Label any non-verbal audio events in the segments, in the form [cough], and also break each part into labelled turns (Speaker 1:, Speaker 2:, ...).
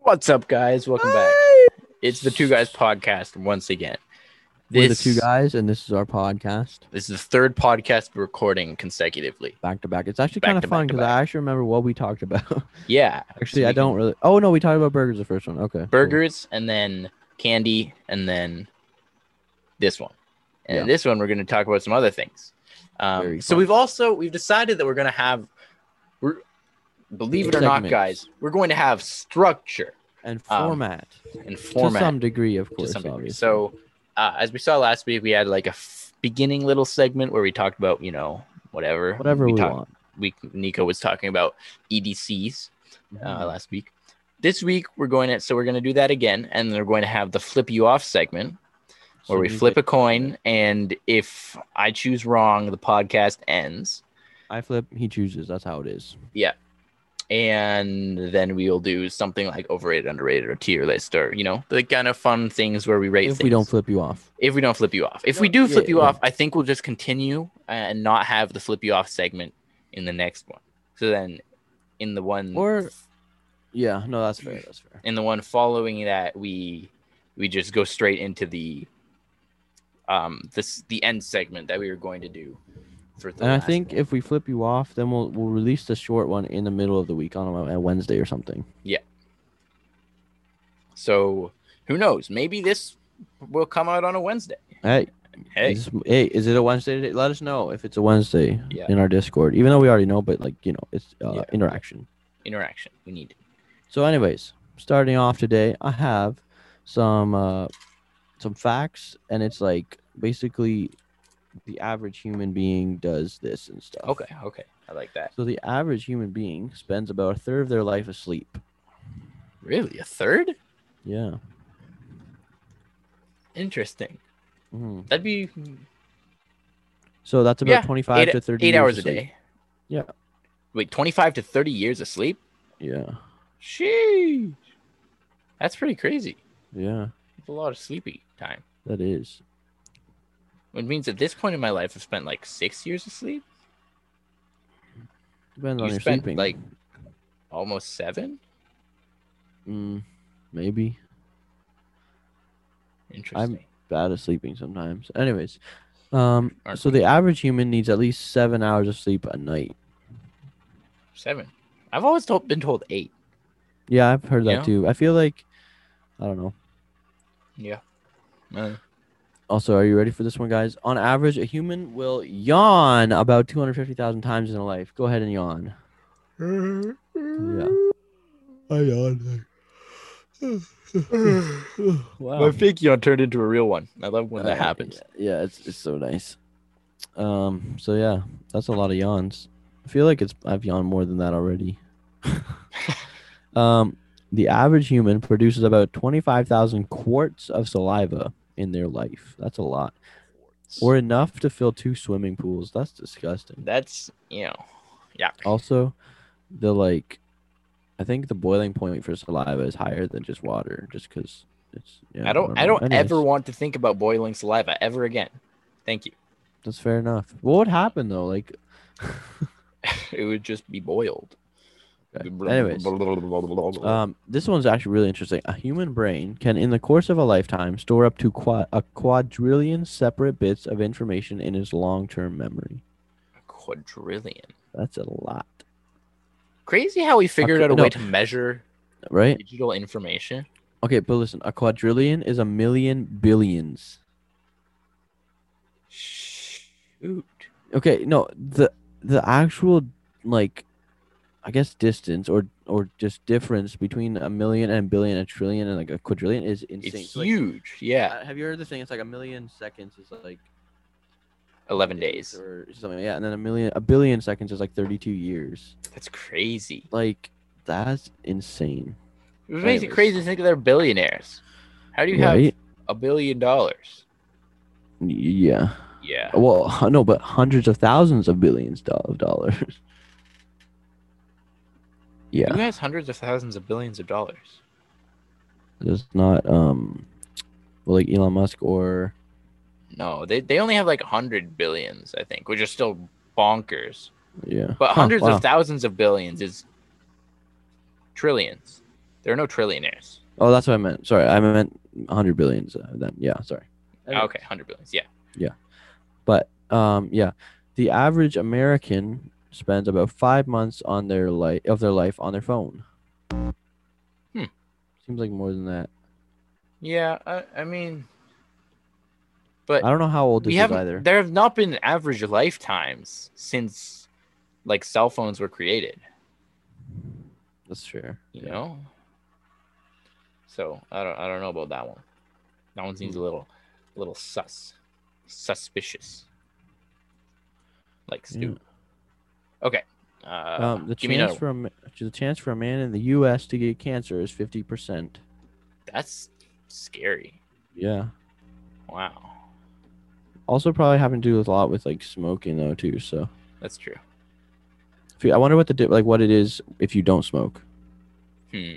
Speaker 1: What's up, guys? Welcome back. It's the Two Guys Podcast once again.
Speaker 2: We're the
Speaker 1: This,
Speaker 2: two guys, and this is our podcast
Speaker 1: This is the third podcast we're recording consecutively.
Speaker 2: back to back. It's actually
Speaker 1: Back
Speaker 2: kind
Speaker 1: to
Speaker 2: of fun
Speaker 1: back to
Speaker 2: because I actually remember what we talked about. [laughs]
Speaker 1: Yeah.
Speaker 2: actually,
Speaker 1: So
Speaker 2: I
Speaker 1: we can-
Speaker 2: don't really. Oh no, we talked about burgers the first one. Okay, cool.
Speaker 1: Burgers and then candy and then this one. And
Speaker 2: Yeah.
Speaker 1: this one, we're going to talk about some other things. Um,
Speaker 2: Very
Speaker 1: so
Speaker 2: fun.
Speaker 1: we've also, we've decided that we're going to have, we're, believe it or not,
Speaker 2: Segments.
Speaker 1: guys, we're going to have structure
Speaker 2: and
Speaker 1: um,
Speaker 2: format
Speaker 1: and format.
Speaker 2: to some degree, of course.
Speaker 1: to some degree.
Speaker 2: obviously.
Speaker 1: So, uh, as we saw last week, we had like a f- beginning little segment where we talked about, you know, whatever.
Speaker 2: whatever we,
Speaker 1: talked-
Speaker 2: want.
Speaker 1: We Nico was talking about EDCs uh,
Speaker 2: Mm-hmm.
Speaker 1: last week. This week we're going to so we're going to do that again, and we're going to have the flip you off segment where
Speaker 2: So
Speaker 1: we
Speaker 2: you
Speaker 1: flip a
Speaker 2: pick-
Speaker 1: coin, and if I choose wrong, the podcast ends,
Speaker 2: I flip. He chooses. That's how it is.
Speaker 1: and then we'll do something like overrated, underrated, or tier list, or you know, the kind of fun things where we rate.
Speaker 2: If
Speaker 1: things.
Speaker 2: we don't flip you off,
Speaker 1: if we don't flip you off. If
Speaker 2: No,
Speaker 1: we do flip
Speaker 2: yeah,
Speaker 1: you
Speaker 2: yeah.
Speaker 1: off, I think we'll just continue and not have the flip you off segment in the next one. So then in the one
Speaker 2: Or- yeah, no, that's fair. That's fair.
Speaker 1: in the one following that we we just go straight into the um this the end segment that we were going to do for the
Speaker 2: And I
Speaker 1: last
Speaker 2: think
Speaker 1: one.
Speaker 2: if we flip you off, then we'll we'll release the short one in the middle of the week on a, a Wednesday or something.
Speaker 1: so who knows maybe this will come out on a Wednesday.
Speaker 2: Hey,
Speaker 1: Hey,
Speaker 2: Is, hey, is it a Wednesday today? Let us know if it's a Wednesday
Speaker 1: Yeah.
Speaker 2: in our Discord, even though we already know, but like, you know, it's uh,
Speaker 1: Yeah.
Speaker 2: interaction.
Speaker 1: interaction we need.
Speaker 2: So, anyways, starting off today, I have some uh, some facts, and it's like basically the average human being does this and stuff.
Speaker 1: Okay, okay. I like that.
Speaker 2: So, the average human being spends about a third of their life asleep.
Speaker 1: Really? A third?
Speaker 2: Yeah.
Speaker 1: Interesting.
Speaker 2: Mhm.
Speaker 1: That'd be
Speaker 2: So, that's about
Speaker 1: Yeah,
Speaker 2: 25
Speaker 1: eight-
Speaker 2: to 30
Speaker 1: eight
Speaker 2: years
Speaker 1: hours a
Speaker 2: asleep.
Speaker 1: day.
Speaker 2: Yeah.
Speaker 1: Wait, 25 to 30 years of sleep?
Speaker 2: Yeah.
Speaker 1: Sheesh. That's pretty crazy.
Speaker 2: Yeah.
Speaker 1: It's a lot of sleepy time.
Speaker 2: That is.
Speaker 1: It means at this point in my life, I've spent like six years of sleep.
Speaker 2: Depends on
Speaker 1: you
Speaker 2: your
Speaker 1: spent
Speaker 2: sleeping.
Speaker 1: like almost seven.
Speaker 2: Mm, maybe.
Speaker 1: Interesting.
Speaker 2: bad at sleeping sometimes. Anyways, um,
Speaker 1: Aren't
Speaker 2: so the average human needs at least seven hours of sleep a night.
Speaker 1: Seven. I've always told, been told eight.
Speaker 2: Yeah, I've heard that
Speaker 1: Yeah.
Speaker 2: too. I feel like, I don't know.
Speaker 1: Yeah. Uh,
Speaker 2: Also, are you ready for this one, guys? On average, a human will yawn about 250,000 times in their life. Go ahead and yawn. Yeah. I yawn. wow.
Speaker 1: My fake yawn turned into a real one. I love when that
Speaker 2: Um, Uh,
Speaker 1: happens.
Speaker 2: Yeah, yeah, it's, it's so nice. Um, so yeah, that's a lot of yawns. I feel like it's I've yawned more than that
Speaker 1: [laughs]
Speaker 2: already. um, the average human produces about twenty five thousand quarts of saliva in their life. That's a lot, or enough to fill two swimming pools. That's disgusting.
Speaker 1: That's, you know, yeah.
Speaker 2: Also, the like, I think the boiling point for saliva is higher than just water, just because it's. Yeah,
Speaker 1: I don't. I
Speaker 2: know.
Speaker 1: don't ever
Speaker 2: Anyways.
Speaker 1: want to think about boiling saliva ever again. Thank you. [laughs]
Speaker 2: That's fair enough. What would happen though? Like,
Speaker 1: It would just be boiled. [laughs]
Speaker 2: okay. anyways,
Speaker 1: um,
Speaker 2: um, this one's actually really interesting. A human brain can, in the course of a lifetime, store up to qua a quadrillion separate bits of information in its long-term memory.
Speaker 1: quadrillion.
Speaker 2: That's a lot,
Speaker 1: Crazy how we figured
Speaker 2: qu-
Speaker 1: out a
Speaker 2: no.
Speaker 1: way to measure
Speaker 2: right?
Speaker 1: digital information.
Speaker 2: Okay, but listen, a quadrillion is a million billions.
Speaker 1: Shoot.
Speaker 2: Okay, no, the the actual like, I guess distance or or just difference between a million and billion, a trillion and like a quadrillion is insane.
Speaker 1: It's
Speaker 2: So, like,
Speaker 1: huge. Yeah,
Speaker 2: Uh, have you heard the thing? It's like a million seconds is like
Speaker 1: eleven days.
Speaker 2: or something. Yeah, and then a million, a billion seconds is like thirty-two years.
Speaker 1: That's crazy.
Speaker 2: Like that's insane,
Speaker 1: It makes it
Speaker 2: Anyways.
Speaker 1: crazy to think that they're billionaires. How do you have
Speaker 2: right?
Speaker 1: a billion dollars?
Speaker 2: Y- Yeah.
Speaker 1: Yeah.
Speaker 2: Well, [laughs] h- no, but hundreds of thousands of billions do- of dollars. [laughs] yeah,
Speaker 1: Who has hundreds of thousands of billions of dollars?
Speaker 2: it's not um, well, like Elon Musk or
Speaker 1: No, they, they only have like 100 billions, I think, which are still bonkers.
Speaker 2: yeah,
Speaker 1: But
Speaker 2: Huh,
Speaker 1: hundreds
Speaker 2: wow.
Speaker 1: of thousands of billions is Trillions. There are no trillionaires.
Speaker 2: Oh, that's what I meant. Sorry, I meant 100 billions. Uh, then yeah, sorry. Anyway.
Speaker 1: Okay, hundred billions. Yeah.
Speaker 2: But um, yeah, the average American spends about five months on their life of their life on their phone.
Speaker 1: Hmm.
Speaker 2: Seems like more than that.
Speaker 1: Yeah. I, I mean,
Speaker 2: I don't know how old this
Speaker 1: we
Speaker 2: is
Speaker 1: haven't.
Speaker 2: either.
Speaker 1: There have not been average lifetimes since like cell phones were created.
Speaker 2: That's fair.
Speaker 1: You know. So I don't. I don't know about that one. That one
Speaker 2: Hmm.
Speaker 1: seems a little, a little sus, suspicious. Like
Speaker 2: Yeah.
Speaker 1: Stu. Okay. Uh,
Speaker 2: Hmm. Um, the
Speaker 1: give me
Speaker 2: chance
Speaker 1: another.
Speaker 2: for a, ma- the chance for a man in the U.S. to get cancer is 50 percent.
Speaker 1: That's scary.
Speaker 2: Yeah.
Speaker 1: Wow.
Speaker 2: Also, probably having to do with a lot with like smoking though too. So
Speaker 1: That's true.
Speaker 2: if you, I wonder what the di- like what it is if you don't smoke.
Speaker 1: Hmm.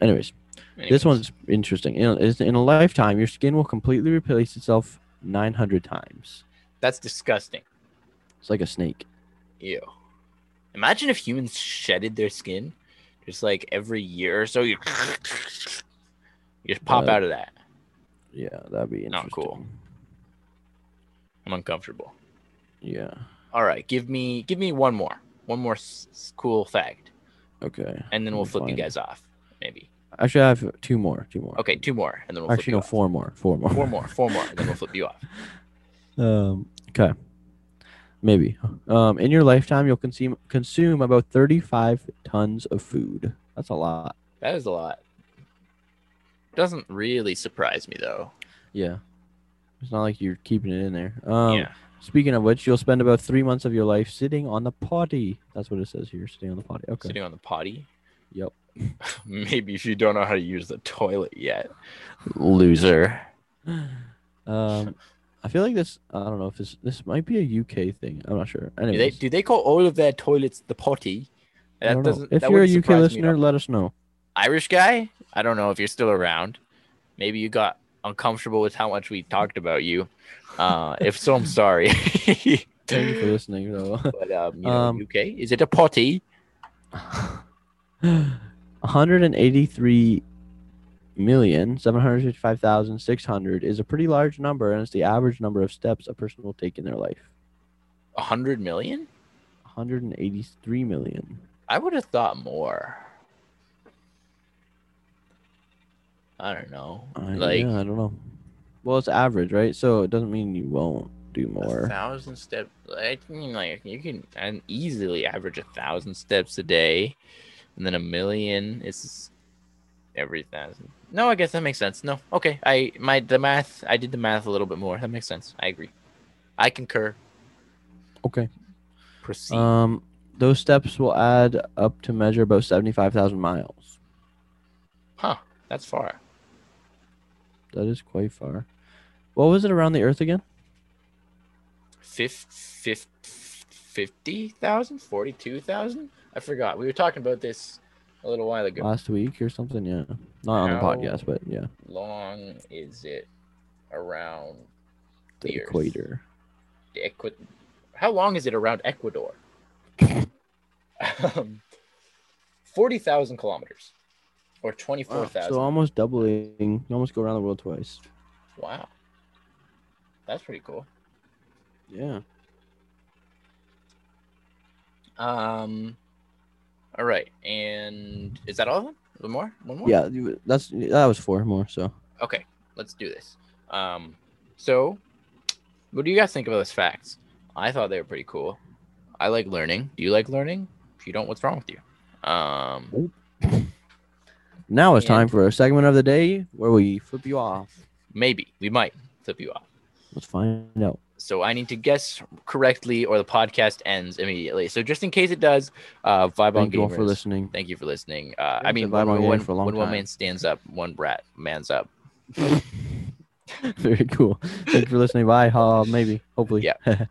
Speaker 2: Anyways,
Speaker 1: Anyways.
Speaker 2: this one's interesting. In, is- in a lifetime, your skin will completely replace itself 900 times.
Speaker 1: That's disgusting.
Speaker 2: It's like a snake.
Speaker 1: Ew. Imagine if humans shedded their skin just like every year or so. You, [laughs] you just pop
Speaker 2: Uh,
Speaker 1: out of that.
Speaker 2: Yeah, that'd be interesting.
Speaker 1: Not cool. I'm uncomfortable.
Speaker 2: Yeah.
Speaker 1: All right, give me give me one more, one more s- s- cool fact,
Speaker 2: Okay.
Speaker 1: and then
Speaker 2: Let
Speaker 1: we'll
Speaker 2: me
Speaker 1: flip you
Speaker 2: find-
Speaker 1: guys off, maybe.
Speaker 2: Actually, I have two more. Two more.
Speaker 1: Okay, two more, and then we'll
Speaker 2: Actually, no,
Speaker 1: flip you
Speaker 2: four more. Four more.
Speaker 1: off. Four more, four more, and then we'll flip you off.
Speaker 2: [laughs] Um, okay. Maybe. Um, in your lifetime, you'll consume consume about 35 tons of food. That's a lot.
Speaker 1: That is a lot. Doesn't really surprise me though.
Speaker 2: Yeah. It's not like you're keeping it in there. Um,
Speaker 1: yeah.
Speaker 2: Speaking of which, you'll spend about three months of your life sitting on the potty. That's what it says here, sitting on the potty. Okay.
Speaker 1: Sitting on the potty.
Speaker 2: Yep.
Speaker 1: [laughs] Maybe if you don't know how to use the toilet yet, loser.
Speaker 2: [gasps] Um, I feel like this. I don't know if this this might be a UK thing. I'm not sure.
Speaker 1: Do they,
Speaker 2: Anyways,
Speaker 1: do they call all of their toilets the potty?
Speaker 2: I
Speaker 1: That
Speaker 2: don't know.
Speaker 1: doesn't.
Speaker 2: If
Speaker 1: that
Speaker 2: you're
Speaker 1: wouldn't
Speaker 2: a UK
Speaker 1: surprise me at
Speaker 2: listener,
Speaker 1: all.
Speaker 2: let us know.
Speaker 1: Irish guy, I don't know if you're still around. Maybe you got uncomfortable with how much we talked about you. Uh, if so, I'm sorry. [laughs]
Speaker 2: Thank you for listening, though. [laughs]
Speaker 1: but um, you know,
Speaker 2: Um,
Speaker 1: UK, is it a potty?
Speaker 2: 183 million is a pretty large number and it's the average number of steps a person will take in their life
Speaker 1: A hundred million?
Speaker 2: 183 million
Speaker 1: I would have thought more. I don't know.
Speaker 2: I,
Speaker 1: like
Speaker 2: Uh, yeah, i don't know well it's average right so it doesn't mean you won't do
Speaker 1: a
Speaker 2: more
Speaker 1: thousand steps. I mean, like you can and easily average a thousand steps a day, and then a million is every thousand. No, I guess that makes sense. No, okay, I my the math. I did the math a little bit more. That makes sense. I agree. I concur.
Speaker 2: okay
Speaker 1: Proceed.
Speaker 2: um those steps will add up to measure about 75000 miles
Speaker 1: huh? That's far.
Speaker 2: that is quite far what was it around the earth again
Speaker 1: Fif- fif- fifty thousand, forty-two thousand. I forgot. We were talking about this a little while ago.
Speaker 2: last week or something yeah not on the
Speaker 1: How-
Speaker 2: podcast but yeah
Speaker 1: Long is it around
Speaker 2: the
Speaker 1: the Earth.
Speaker 2: equator.
Speaker 1: the Equi- how long is it around Ecuador? um, 40,000 kilometers or
Speaker 2: Wow,
Speaker 1: 24,000.
Speaker 2: So almost doubling. You almost go around the world twice.
Speaker 1: wow. That's pretty cool.
Speaker 2: Yeah.
Speaker 1: Um, all right. And is that all of them? One more? One more?
Speaker 2: Yeah, you- that's that was four more. So
Speaker 1: Okay. Let's do this. Um, so what do you guys think about those facts? I thought they were pretty cool. I like learning. Do you like learning? If you don't, what's wrong with you? Um,
Speaker 2: now it's
Speaker 1: Yeah.
Speaker 2: time for a segment of the day where we flip you off.
Speaker 1: maybe we might flip you off.
Speaker 2: Let's find out.
Speaker 1: So I need to guess correctly, or the podcast ends immediately. So just in case it does, uh, Vibe on
Speaker 2: Thank you all
Speaker 1: Gamers.
Speaker 2: for listening.
Speaker 1: Thank you for listening. Uh, I
Speaker 2: haven't
Speaker 1: mean,
Speaker 2: said
Speaker 1: when,
Speaker 2: Vibe on Gamers
Speaker 1: when,
Speaker 2: for a long
Speaker 1: when one
Speaker 2: time.
Speaker 1: man stands up, one brat man's up.
Speaker 2: [laughs] Very cool. Thank you for listening. Bye. Uh, maybe. Hopefully. Yeah. [laughs]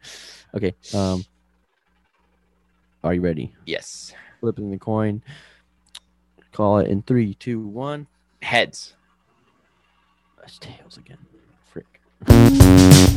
Speaker 2: okay. Um. Are you ready?
Speaker 1: Yes,
Speaker 2: Flipping the coin. Call it in three, two, one.
Speaker 1: heads.
Speaker 2: That's tails again. Frick.